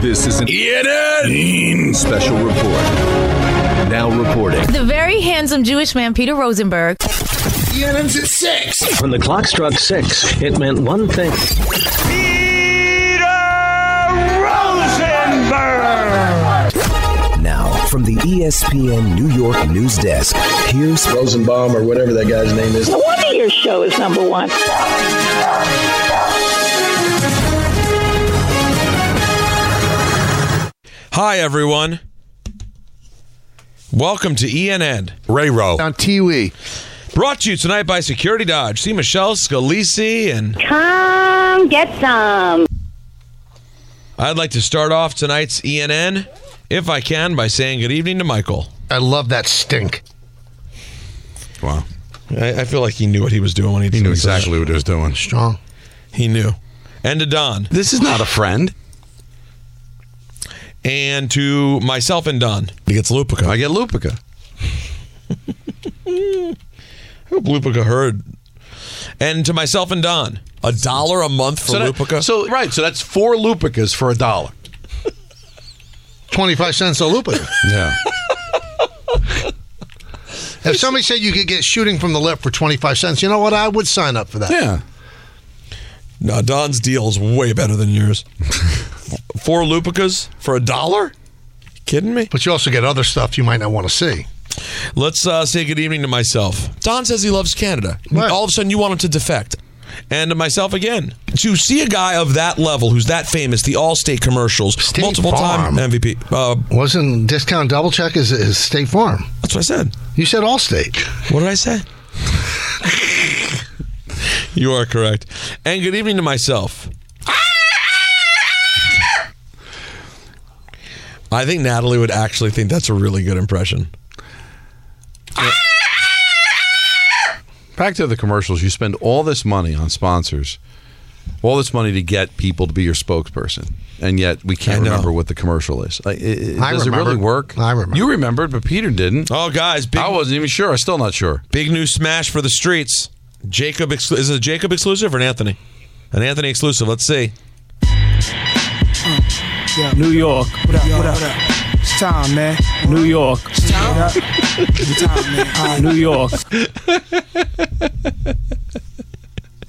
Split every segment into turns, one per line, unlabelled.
This is an Eden special report. Now reporting.
The very handsome Jewish man, Peter Rosenberg.
E
ENN's at six.
When the clock struck six, it meant one thing.
Now, from the E ESPN New York news desk, here's
Rosenbaum or whatever that guy's name is.
No wonder your show is number one.
Hi, everyone. Welcome to ENN Ray Row.
on TV.
Brought to you tonight by Security Dodge. See Michelle Scalisi, and
Come get some.
I'd like to start off tonight's ENN, if I can, by saying good evening to Michael.
I love that stink.
Wow.
I, I feel like he knew what he was doing when he,
He knew exactly what he was doing.
Strong.
He knew. And to Don,
This is not a friend.
and to myself and Don.
He gets Lupica. I get Lupica.
I hope Lupica heard. And to myself and Don.
A dollar a month for
Lupica?
so right, so that's four Lupicas for a dollar.
25 cents a lupin.
Yeah.
if somebody said you could get shooting from the lip for 25 cents, you know what? I would sign up for that.
yeah.
No, Don's deal is way better than yours. Four Lupicas for a dollar? Kidding me?
But you also get other stuff you might not want to see.
Let's uh, say good evening to myself. Don says he loves Canada.
Right.
All of a sudden, you want him to defect. And to myself again. To see a guy of that level who's that famous, the Allstate commercials,
State
multiple
Farm.
time MVP. Uh,
Wasn't discount double check is, is State Farm?
that's what I said.
You said Allstate.
What did I say? you are correct. And good evening to myself. I think Natalie would actually think that's a really good impression.
Back to the commercials. You spend all this money on sponsors, all this money to get people to be your spokesperson, and yet we can't
I know.
remember what the commercial is. Like, it- it-
I
does it really
remembered.
work?
I remembered.
You remembered, but Peter didn't.
Oh, guys, big,
I wasn't even sure. I'm still not sure.
Big new smash for the streets. Jacob exclu- is it a Jacob exclusive or an Anthony? An Anthony exclusive. Let's see.
New York. What up, what up, It's time, man. New York. It's time. It's time, man. Uh, New York.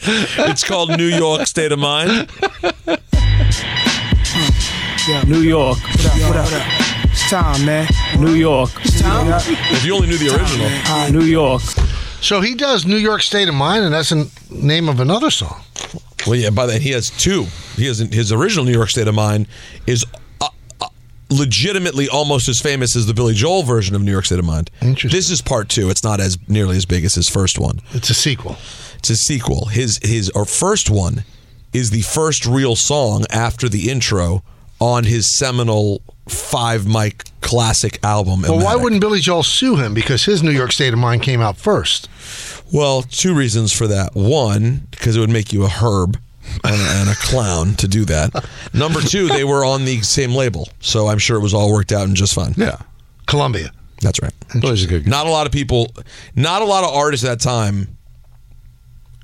It's called New York State of Mind.
New York. What up, what up, It's time, man. New York. It's time.
If you only knew the original.
Uh, New York.
So he does New York State of Mind, and that's the name of another song.
Well, yeah. By then he has two. He has his original New York State of Mind is uh, uh, legitimately almost as famous as the Billy Joel version of New York State of Mind.
Interesting.
This is part two. It's not as nearly as big as his first one.
It's a sequel.
It's a sequel. His his or first one is the first real song after the intro on his seminal five mic classic album.
Well, why
Illmatic.
wouldn't Billy Joel sue him? Because his New York State of Mind came out first.
Well, two reasons for that. One, because it would make you a herb and, and a clown to do that. Number two, they were on the same label, so I'm sure it was all worked out and just fine.
Yeah.
Columbia.
That's right.
Billy's a good guy.
Not a lot of people, not a lot of artists at that time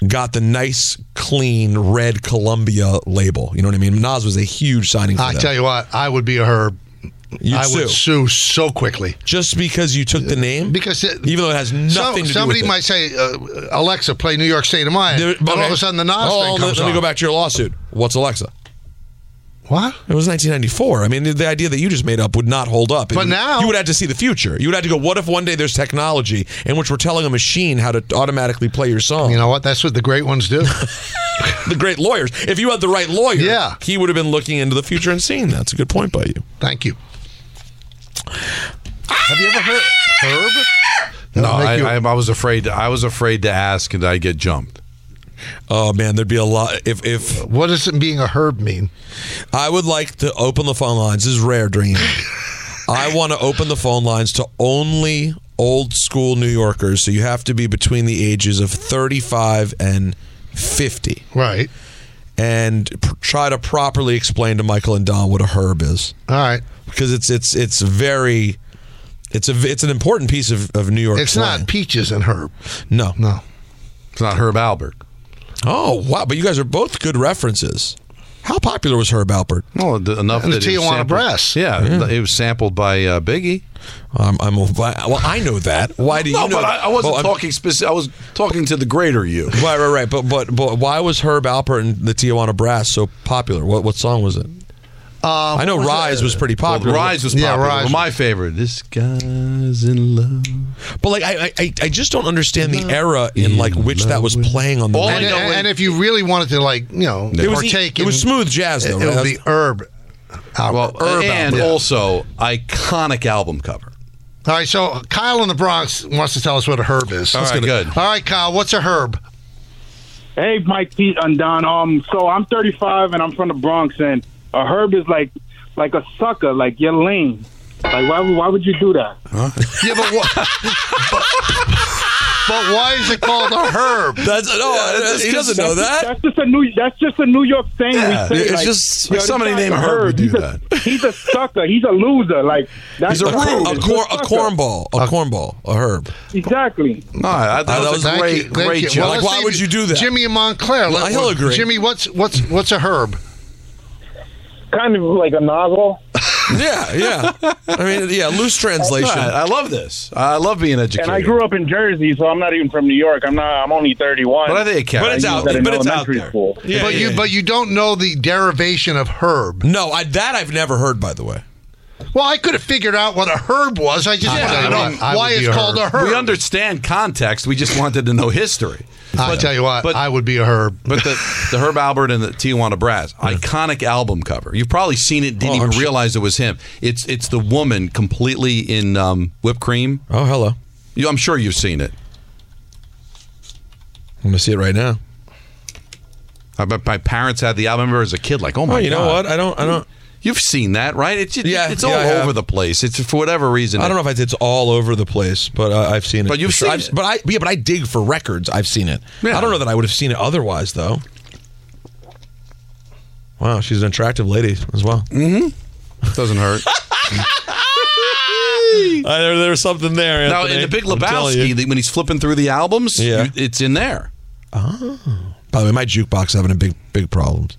got the nice, clean, red Columbia label. You know what I mean? Nas was a huge signing for
I
them.
tell you what, I would be a herb.
You'd
I
sue.
would sue so quickly.
just because you took the name,
because it,
even though it has
some-
nothing to do with
somebody
it.
might say, uh, "Alexa, play New York State of Mind,"
There-
but all
okay.
of a sudden the Nas
Hold
thing
on,
comes
Let me
on.
go back to your lawsuit. What's Alexa?
What?
It was 1994. I mean, the, the idea that you just made up would not hold up. It
But
would-
now-
you would have to see the future. You would have to go. What if one day there's technology in which we're telling a machine how to automatically play your song?
You know what? That's what the great ones do.
the great lawyers. If you had the right lawyer,
Yeah.
he would have been looking into the future and seeing that. That's a good point by you.
Thank you. Have you ever heard herb?
No,
That'll make
I,
you-
I, I was afraid. I was afraid to ask, and I get jumped.
Oh man, there'd be a lot. If if
What does it being a herb mean?
I would like to open the phone lines, this is rare during. the year. I want to open the phone lines to only old school New Yorkers. So you have to be between the ages of 35 and 50,
Right.
and pr- try to properly explain to Michael and Don what a herb is,
All right.
because it's it's it's very. It's a it's an important piece of, of New York.
It's
slang.
not peaches and herb.
no
No.
It's not Herb Albert.
Oh wow! But you guys are both good references. How popular was Herb Alpert?
Well, d- enough
And the
that it was
Tijuana
sampled-
Brass.
Yeah, it was sampled by uh, Biggie.
Um, I'm a, well. I know that. Why do you
no,
know?
but I,
that?
I wasn't
Well, I'm-
talking specific. I was talking to the greater you.
Right, right, right. But but but why was Herb Alpert and the Tijuana Brass so popular? What what song was it?
Uh,
I know Rise was pretty
Well,
popular.
Rise was
Yeah,
popular.
Rise.
Well, my favorite. This guy's in love.
but like I I- I, I just don't understand the era in like which that was playing on the.
All I
And,
radio.
know
and,
is-
and if you really wanted to, like, you know,
it was
partake
it was
in-
smooth jazz though.
It,
right?
will be herb. Albert.
Well,
herb
and
Albert.
also iconic album cover.
All right, so Kyle in the Bronx wants to tell us what a herb is.
All
Let's
right,
get it.
good.
All right, Kyle, what's a herb?
Hey, Mike, Pete, and Don. Um, so I'm 35 and I'm from the Bronx, and a herb is like like a sucker, like you're lame. Like why would- why would you do that?
Yeah, but, wha- but, but why is it called a herb?
That's
Oh,
no, he doesn't know that.
That's just a new that's just a New York thing.
Yeah,
we say,
it's
like,
just-
"Yo, this
somebody
guy's
named
a
Herb would do
He's a-
that.
he's a sucker. He's a loser. Like that's
He's a
A, cor-
rude.
a,
He's
cor- a
sucker.
cornball, a cornball, a herb.
Exactly.
No, I, that
Uh, that
was,
was-
a
Thank
great,
you, thank
great
you.
job.
Well,
Like,
let's
why
see
would
if-
you do that?
Jimmy and Montclair.
Well,
Let-
he'll agree.
Jimmy, what's what's what's a herb?
Kind of like a novel.
Yeah, yeah. I mean, yeah. Loose translation.
Right, I love this. I love being educated.
And I grew up in Jersey, so I'm not even from New York. I'm not. I'm only 31.
But I think it counts.
But it's
I
out.
used
that in
But it's out
elementary
there.
school.
Yeah,
but
yeah,
you
yeah.
but you don't know the derivation of herb.
No, I, that I've never heard. By the way,
Well, I could have figured out what a herb was. I just
I
didn't
don't-
know
I
why
would
it's
be a
called a
herb.
herb.
We understand context. We just wanted to know history.
I tell you what,
but-
I would be a herb.
But the, the Herb Albert and the Tijuana Brass, iconic album cover. You've probably seen it. Didn't
Oh, I'm
even
sure.
realize it was him. It's it's the woman completely in um, whipped cream.
oh hello.
You, I'm sure you've seen it.
I'm gonna see it right now.
Oh I bet my parents had the album. I remember as a kid, like, oh my
Oh, you
god.
know what? I don't. I don't.
You've seen that, right? It's it-
Yeah,
it's
yeah,
all
I have.
over the place. It's for whatever reason.
I don't know if it's all over the place, but uh, I've seen it.
But you've
for sure.
seen
I've-
it.
But I yeah, but I dig for records. I've seen it.
Yeah.
I don't know that I would have seen it otherwise, though. Wow, she's an attractive lady as well.
Mm. it doesn't hurt.
Uh, there, there was something there.
now
Anthony.
in the Big
I'm telling you.
Lebowski, the- when he's flipping through the albums,
Yeah.
you- it's in there.
By the way, my jukebox having a big, big problems.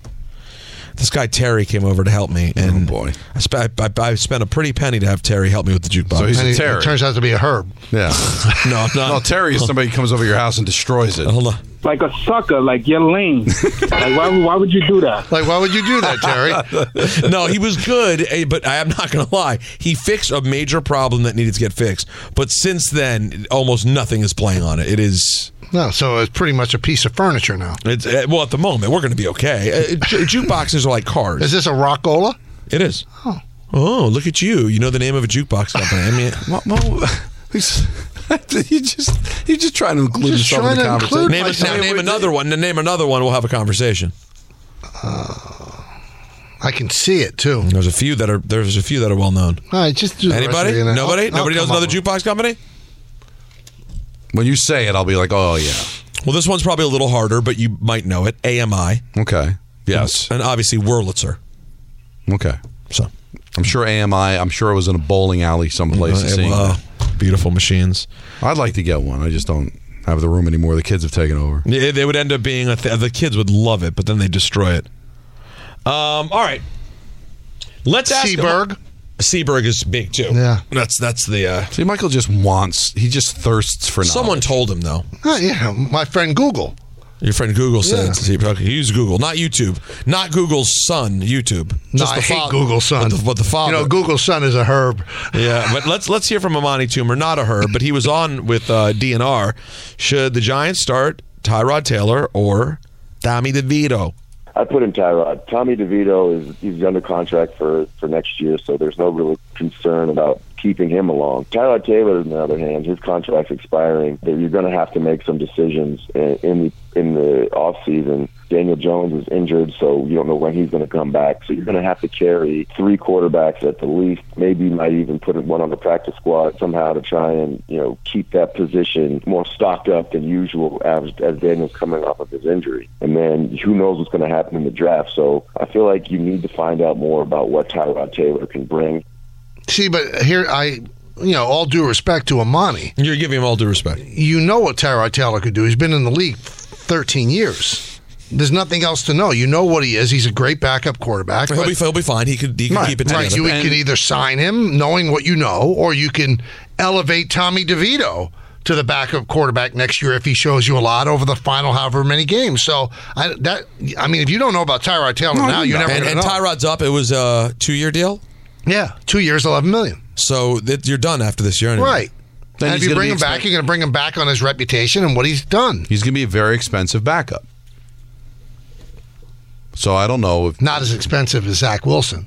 This guy Terry came over to help me, and
Oh, boy.
I, spe- I, I spent a pretty penny to have Terry help me with the jukebox.
So he's
And
a
it,
terror.
it turns out to be a herb.
Yeah.
no, I'm not.
no, Terry is somebody who comes over your house and destroys it.
Hold on.
Like a sucker. Like you're lame. like why? Why would you do that?
Like, why would you do that, Terry?
no, he was good, eh, but I'm not going to lie. He fixed a major problem that needed to get fixed. But since then, almost nothing is playing on it. It is.
no, so it's pretty much a piece of furniture now.
It's, eh, well, at the moment, we're going to be okay. Uh, jukeboxes are like cars.
Is this a rockola?
It is. Oh. look at you. You know the name of a jukebox company. I mean,
Well, well, he's- you just you just trying to include
just
yourself in the
trying to
conversation.
include
name, it- now name another one. Then name another one. We'll have a conversation.
I can see it too.
There's a few that are there's a few that are well known.
All right, just do the rest
Anybody?
of it, and I'll-
Nobody?
I'll
Nobody knows
come
another
up with
jukebox company?
When you say it, I'll be like, oh yeah,
Well, this one's probably a little harder, but you might know it. AMI.
okay, yes,
And obviously Wurlitzer.
okay.
So
I'm sure AMI. I'm sure it was in a bowling alley someplace. and
Uh,
seeing
well,
that.
beautiful machines.
I'd like to get one. I just don't have the room anymore. The kids have taken over.
Yeah, they would end up being a th- the kids would love it, but then they destroy it. Um, all right, let's
it.
ask
Seaberg.
Seaberg is big too.
Yeah.
that's that's the. Uh,
See, Michael just wants. He just thirsts for knowledge.
someone told him though.
Oh, yeah, my friend Google.
Your friend Google said
Yeah.
it's Seaberg. Okay, use Google, not YouTube, not Google's son. YouTube.
No,
Just
I
the
hate
fa-
Google son.
But the, but the father.
You know, Google's son is a herb.
Yeah, but let's let's hear from Amani Toomer, not a her, but he was on with uh, DNR. Should the Giants start Tyrod Taylor or Tommy DeVito?
I put in Tyrod. Tommy DeVito is he's under contract for for next year, so there's no real concern about keeping him along. Tyler Taylor, on the other hand, his contract's expiring. That you're going to have to make some decisions in in the, in the off season. Daniel Jones is injured, so you don't know when he's going to come back. So you're going to have to carry three quarterbacks at the least. Maybe you might even put one on the practice squad somehow to try and you know keep that position more stocked up than usual as, as Daniel's coming off of his injury. And then who knows what's going to happen in the draft. So I feel like you need to find out more about what Tyrod Taylor can bring.
See, but here I, you know, all due respect to Amani.
You're giving him all due respect.
You know what Tyrod Taylor could do. He's been in the league 13 years. There's nothing else to know. You know what he is. He's a great backup quarterback.
He'll
but-
be, he'll be fine. He could, he could
right,
keep it
right.
together.
You can either sign him, knowing what you know, or you can elevate Tommy DeVito to the backup quarterback next year if he shows you a lot over the final however many games. So I that I mean, if you don't know about Tyrod Taylor now, you're never
and,
going
and
to know.
Tyrod's up. It was a two-year deal.
yeah, two years, eleven million.
So that you're done after this year, anyway.
Right.
Then
and if
he's
you
gonna
bring
be
him back,
expect-
you're going to bring him back on his reputation and what he's done.
He's going to be a very expensive backup. So I don't know if
Not as expensive as Zach Wilson.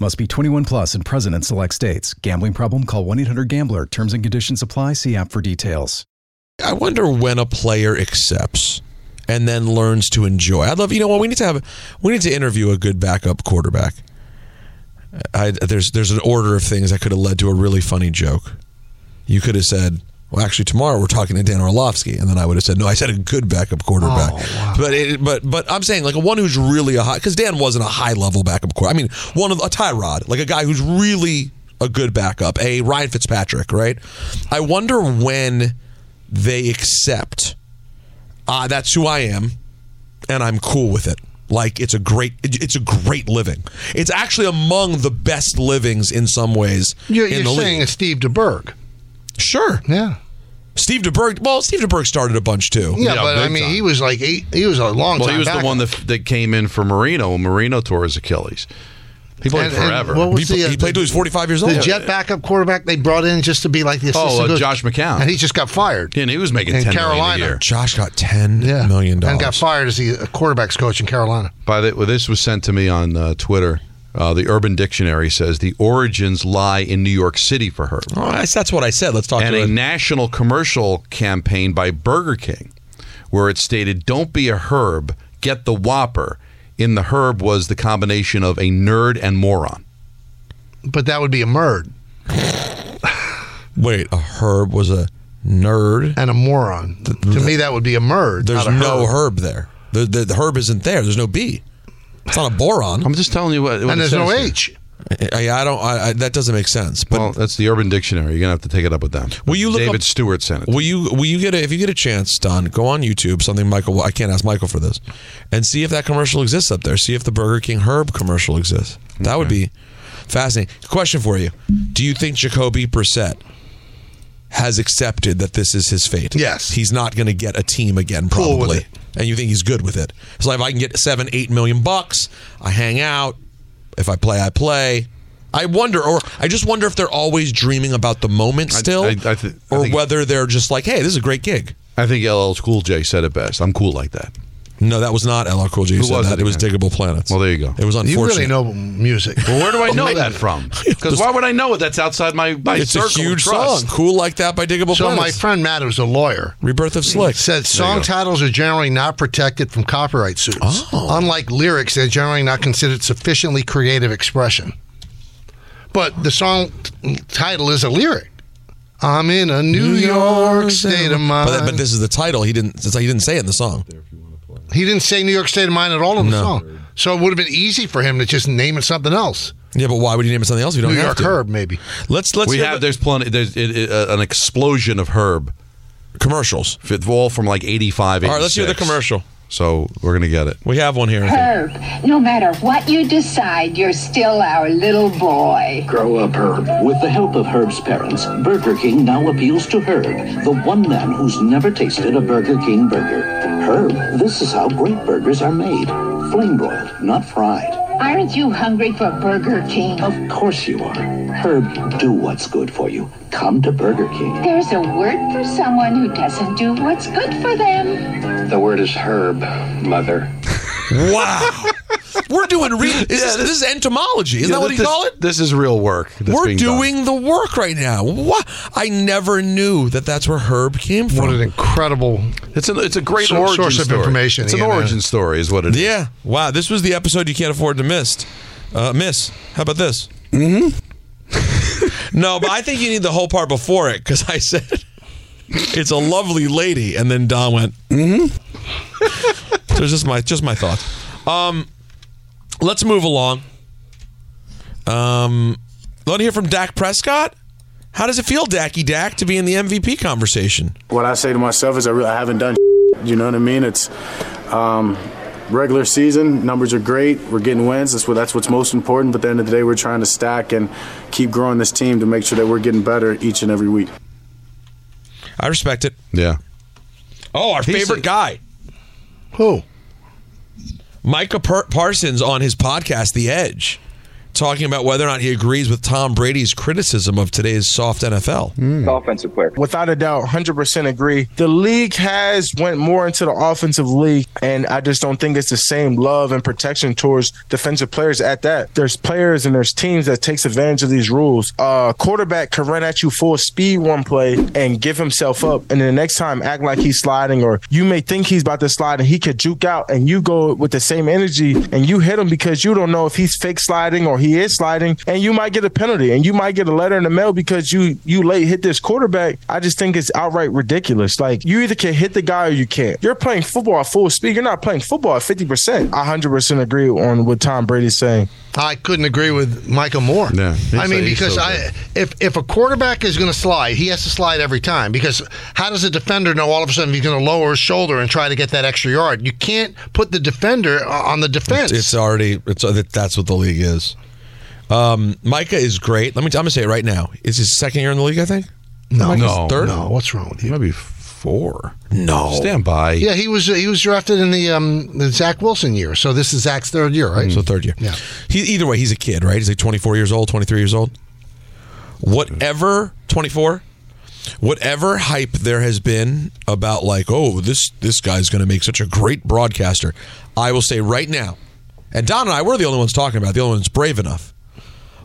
Must be 21 plus and present in select states. Gambling problem? Call 1 800 Gambler. Terms and conditions apply. See app for details.
I wonder when a player accepts and then learns to enjoy. I'd love you know what we need to have we need to interview a good backup quarterback. I, there's there's an order of things that could have led to a really funny joke. You could have said, "Well, actually, tomorrow we're talking to Dan Orlovsky," and then I would have said, "No, I said a good backup quarterback."
Oh,
But it, but but I'm saying like a one who's really a high because Dan wasn't a high level backup quarterback. I mean, one of a Tyrod, like a guy who's really a good backup, a Ryan Fitzpatrick, right? I wonder when they accept ah, that's who I am, and I'm cool with it. Like it's a great, it- it's a great living. It's actually among the best livings in some ways
You're,
in
you're
the
saying
league.
it's Steve DeBerg.
Sure,
yeah.
Steve DeBerg. Well, Steve DeBerg started a bunch too.
Yeah, but I mean, he was like eight, he was a long
well,
time
he was
backup.
the one that, that came in for Marino when Marino tore his Achilles. He played
And- and
forever.
what was
he,
the, uh,
he played
till he was 45 years
The
old.
Jet backup quarterback they brought in just to be like the
Oh,
assistant.
uh,
coach.
Josh McCown.
And he just got fired.
and he was making
in
ten million
Carolina.
a year.
Josh got ten million
And
dollars.
got fired as the uh, quarterback's coach in Carolina.
By the well, this was sent to me on uh, Twitter. Uh, the Urban Dictionary says the origins lie in New York City for her,
Oh, that's, that's what I said. Let's talk
and
to
a
it.
national commercial campaign by Burger King, where it stated, "Don't be a herb, get the Whopper." In the herb was the combination of a nerd and moron.
But that would be a murd
Wait, a herb was a nerd.
and a moron. to me, that would be a murd.
There's
not a
no herb, there. The, the the herb isn't there. There's no B. It's not a boron.
I'm just telling you what. what
And
it
there's no
says here.
H.
I, I don't. I, I, that doesn't make sense. But
Well, that's the Urban Dictionary. You're gonna have to take it up with them.
Will you look
David
up-
Stewart sent it.
Will you will you get a, if you get a chance, Don? Go on YouTube. Something Michael. I can't ask Michael for this, and see if that commercial exists up there. See if the Burger King herb commercial exists. That would be fascinating. Question for you: Do you think Jacoby Brissett has accepted that this is his fate?
Yes.
he's not going to get a team again,
Cool with
probably.
it.
And you think he's good with it? So if I can get seven, eight million bucks, I hang out. If I play, I play. I wonder, or I just wonder if they're always dreaming about the moment still,
I- I thi- I
or
think-
whether they're just like, "Hey, this is a great gig."
I think LL Cool J said it best. I'm cool like that.
No, that was not LL Cool J. Who
Who
said
was
that?
it
It, was
again?
Diggable Planets.
Well, there you go.
It was unfortunate.
You really know music.
Well, where do I know that from? Because why would I know it? That's outside my, my
it's a
circle of
huge
trust.
song. Cool like that by Diggable
so my
Planets.
friend Matt, who's a lawyer,
Rebirth of Slick.
said song titles are generally not protected from copyright suits.
Oh.
Unlike lyrics, they're generally not considered sufficiently creative expression. But the song t- title is a lyric. I'm in a New York state of mind.
But, but this is the title. He didn't. It's like he didn't say it in the song.
He didn't say New York State of Mind at all in the
No.
song. So it would have been easy for him to just name it something else.
Yeah, but why would you name it something else? if You don't
New
have
York
to.
Herb, maybe.
Let's let's
we
hear
have
the
there's plenty there's it, it, uh, an explosion of herb
commercials.
all from like 85
All right, let's hear the
86.
commercial.
So we're going to get it.
We have one here.
Herb, no matter what you decide, you're still our little boy.
Grow up, Herb. With the help of Herb's parents, Burger King now appeals to Herb, the one man who's never tasted a Burger King burger. Herb, this is how great burgers are made flame broiled, not fried.
Aren't you hungry for Burger King?
Of course you are. Herb, do what's good for you. Come to Burger King.
There's a word for someone who doesn't do what's good for them.
The word is Herb, mother.
Wow. We're doing real. Is this, this is entomology. Isn't
Yeah,
that what he
this-
called it?
This is real work. that's
We're
being done.
doing the work right now. What? I never knew that that's where Herb came from.
What an incredible.
It's a it's a great
Sor-
origin
source of
story.
information,
It's an
you know.
origin story, is what it is.
Yeah. Wow. This was the episode you can't afford to miss. Uh, miss. How about this? Mm-hmm. no, but I think you need the whole part before it because I said it's a lovely lady, and then Don went. Mm-hmm. so it's just my just my thoughts. Um, let's move along. Um, want to hear from Dak Prescott? How does it feel, Dacky Dak, to be in the MVP conversation?
What I say to myself is I really I haven't done. You know what I mean? It's um, regular season. Numbers are great. We're getting wins. That's what that's what's most important. But at the end of the day, we're trying to stack and keep growing this team to make sure that we're getting better each and every week.
I respect it.
Yeah.
Oh, our
He's
favorite guy.
Who?
Micah per- Parsons on his podcast, The Edge, talking about whether or not he agrees with Tom Brady's criticism of today's soft NFL.
offensive player. Without a doubt, 100% agree. The league has went more into the offensive league, and I just don't think it's the same love and protection towards defensive players at that. There's players and there's teams that takes advantage of these rules. Uh, quarterback can run at you full speed one play and give himself up, and then the next time act like he's sliding, or you may think he's about to slide and he could juke out, and you go with the same energy and you hit him because you don't know if he's fake sliding or he is sliding, and you might get a penalty and you might get a letter in the mail because you you late hit this quarterback. I just think it's outright ridiculous. Like you either can hit the guy or you can't. You're playing football at full speed. You're not playing football at fifty percent. I hundred percent agree on what Tom Brady's saying.
I couldn't agree with Michael Moore. Yeah, I mean, because I, if if a quarterback is going to slide, he has to slide every time. Because how does a defender know all of a sudden he's going to lower his shoulder and try to get that extra yard? You can't put the defender o- on the defense.
It's, it's already it's uh, that's what the league is. Um, Micah is great. Let me. I'm gonna say it right now. It's his second year in the league. I think.
no,
Micah's
no,
third?
no. What's wrong with you?
Maybe four.
No.
Stand by.
Yeah, he was uh, he was drafted in the um the Zach Wilson year. So this is Zach's third year, right?
Mm, So third year.
Hmm. Yeah.
He, either way, he's a kid, right? He's like 24 years old, 23 years old. Whatever, 24. Whatever hype there has been about like, oh, this this guy's going to make such a great broadcaster. I will say right now, and Don and I were the only ones talking about. it, The only ones brave enough.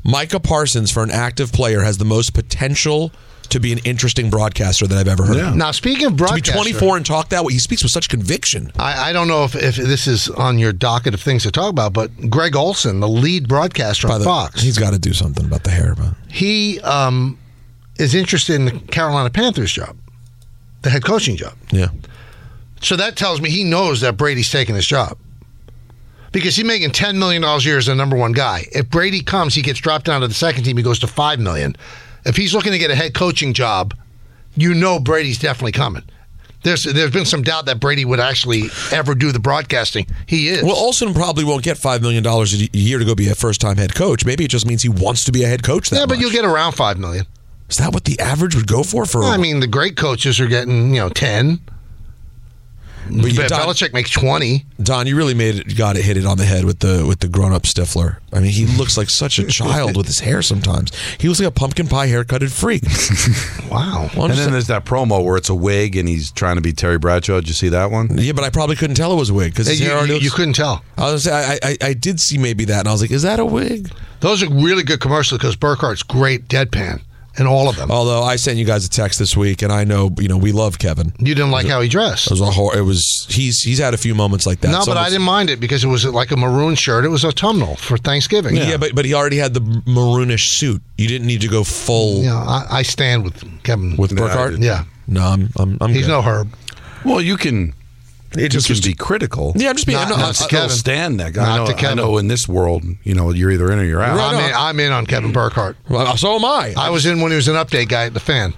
Micah Parsons for an active player has the most potential to be an interesting broadcaster that I've ever heard. of.
Now speaking of
to be
broadcaster,
24 and talk that way, he speaks with such conviction.
I, I don't know if, if this is on your docket of things to talk about, but Greg Olson, the lead broadcaster on
the-
Fox,
he's got to do something about the hair, but
he um, is interested in the Carolina Panthers job, the head coaching job.
yeah.
So that tells me he knows that Brady's taking his job. Because he's making ten million dollars a year as the number one guy. If Brady comes, he gets dropped down to the second team, he goes to five million. If he's looking to get a head coaching job, you know Brady's definitely coming. There's there's been some doubt that Brady would actually ever do the broadcasting. He is.
Well, Olson probably won't get five million dollars a year to go be a first-time head coach. Maybe it just means he wants to be a head coach. That
yeah, but
much.
you'll get around five million.
Is that what the average would go for? For
I mean, the great coaches are getting you know ten.
But you-
But
Don-
Belichick makes twenty.
Don, you really made it, got it hit it on the head with the with the grown-up stiffler. I mean, he looks like such a child with his hair. Sometimes he looks like a pumpkin pie haircutted freak.
wow.
and then there's that promo where it's a wig and he's trying to be Terry Bradshaw. Did you see that one?
yeah, but I probably couldn't tell it was a wig because his
You-
hair already
you-
looks-
you couldn't tell.
I was gonna say, I, I I did see maybe that, and I was like, is that a wig?
Those are really good commercials because Burkhart's great deadpan in all of them.
Although I sent you guys a text this week, and I know you know we love Kevin.
You didn't like how he dressed.
It was a hor- it was he's he's had a few moments like that.
no, but
Some of
I
it's-
didn't mind it because it was like a maroon shirt. It was autumnal for Thanksgiving.
Yeah, but but he already had the maroonish suit. You didn't need to go full
Yeah, I, I stand with Kevin
with
Yeah, I
Burkhardt.
did. Yeah,
no, I'm I'm, I'm
he's
good.
no Herb.
Well, you can. It just can be critical.
Yeah, I'm just being.
Not-
I'm not,
not
I-
to
I-
Kevin.
I'll stand that
Not
guy. I
to
know, I
Kevin.
know in this world, you know, you're either in or you're out.
I'm, in, I'm in on Kevin Burkhardt.
Well, so am I.
I was in when he was an update guy at the fan.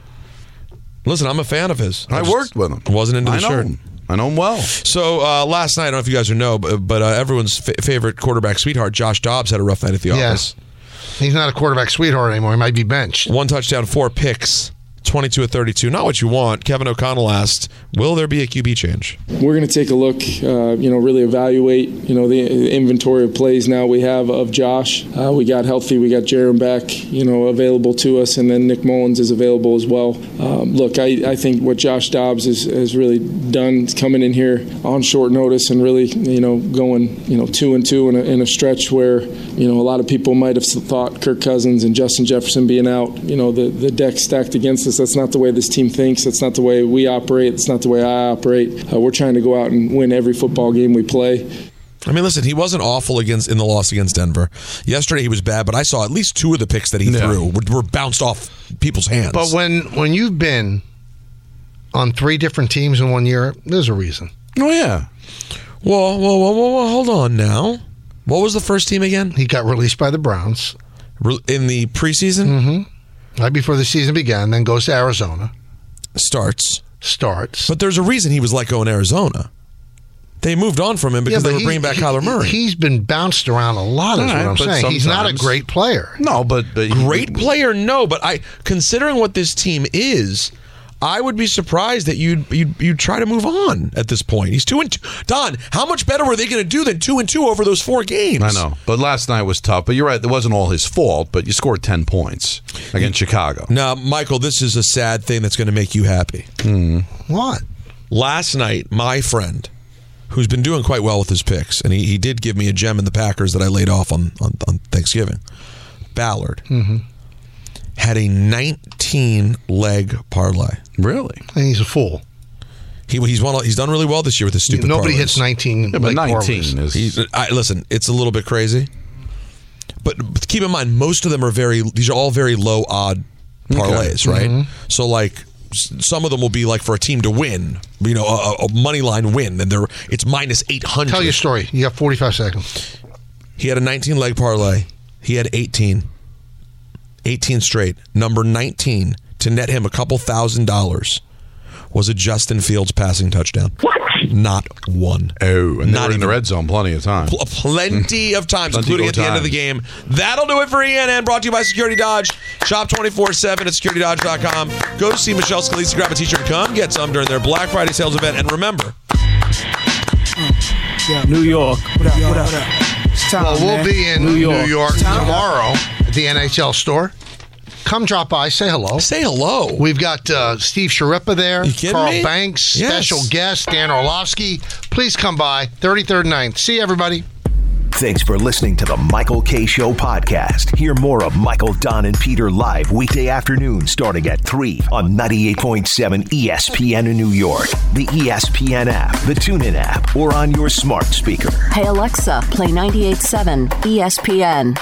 Listen, I'm a fan of his.
I
just
worked with him.
Wasn't into the
I know
shirt.
him. I know him well.
So uh, last night, I don't know if you guys know, but, but uh, everyone's fa- favorite quarterback sweetheart, Josh Dobbs, had a rough night at the office.
He's not a quarterback sweetheart anymore. He might be benched.
One touchdown, four picks, 22 of 32. Not what you want. Kevin O'Connell asked, will there be a QB change?
We're going to take a look, uh, you know, really evaluate, you know, the the inventory of plays now we have of Josh. Uh, we got healthy, we got Jaron back, you know, available to us, and then Nick Mullins is available as well. Um, look, I, I think what Josh Dobbs has, has really done is coming in here on short notice and really, you know, going, you know, two and two in a, in a stretch where, you know, a lot of people might have thought Kirk Cousins and Justin Jefferson being out, you know, the, the deck stacked against us. That's not the way this team thinks. That's not the way we operate. That's not the way I operate. Uh, we're trying to go out and win every football game we play.
I mean, listen, he wasn't awful against in the loss against Denver. Yesterday he was bad, but I saw at least two of the picks that he threw were, were bounced off people's hands.
But when when you've been on three different teams in one year, there's a reason.
Oh yeah.
Whoa, whoa, whoa, whoa, whoa! Hold on now. What was the first team again?
He got released by the Browns
Re- in the preseason.
Mm-hmm. Right before the season began, then goes to Arizona.
Starts.
Starts.
But there's a reason he was let go in Arizona. They moved on from him because
Yeah, but
they were
he-
bringing back
he-
Kyler Murray.
He's been bounced around a lot, is
All right,
what I'm
but
saying. He's not a
sometimes-
great player.
No, but, but
Great player, no, but I considering what this team is, I would be surprised that you'd you'd, you'd try to move on at this point. He's two and two. Don, how much better were they going to do than two and two over those four games?
I know, but last night was tough. But you're right; it wasn't all his fault. But you scored ten points against Chicago.
Now, Michael, this is a sad thing that's going to make you happy.
What?
Last night, my friend, who's been doing quite well with his picks, and he, he did give me a gem in the Packers that I laid off on, on, on Thanksgiving, Ballard,
Mm-hmm.
had a 19 leg parlay.
Really?
And he's a fool.
He, he's one. He's done really well this year with his stupid.
Nobody
parlays.
hits 19 Yeah, but leg 19 parlays. is-
oh,
He's- I, listen, it's a little bit crazy, but keep in mind most of them are very. These are all very low odd
Okay.
parlays, right?
Mhm.
Mm-hmm.
So like. s- Some of them will be like for a team to win, you know, a, a- a money line win, and they're it's minus eight hundred.
Tell your story. You got 45 seconds.
He had a 19 leg parlay. He had 18. 18 straight. Number 19 to net him a couple thousand dollars was a Justin Fields passing touchdown. What? Not one.
Oh, and
Not
they were in the
even-
red zone plenty of time.
Pl- plenty of times,
Plenty
including
of
at the end of the game. That'll do it for ENN, brought to you by Security Dodge. Shop 24 7 at securitydodge.com. Go see Michelle Scalise, grab a t shirt, come get some during their Black Friday sales event. And remember,
New York. What up, what up?
well, we'll
man.
be in
New
New
York.
York,
It's time.
tomorrow at the NHL store. Come drop by, say hello.
Say hello.
We've got uh, Steve Sharippa there,
kidding
Carl
me?
Banks,
Yes.
special guest Dan Orlovsky. Please come by, 33rd and 9th. See everybody.
Thanks for listening to the Michael K. Show podcast. Hear more of Michael, Don, and Peter live weekday afternoon starting at 3 on 98.7 ESPN in New York, the E ESPN app, the TuneIn app, or on your smart speaker.
Hey Alexa, play 98.7 ESPN.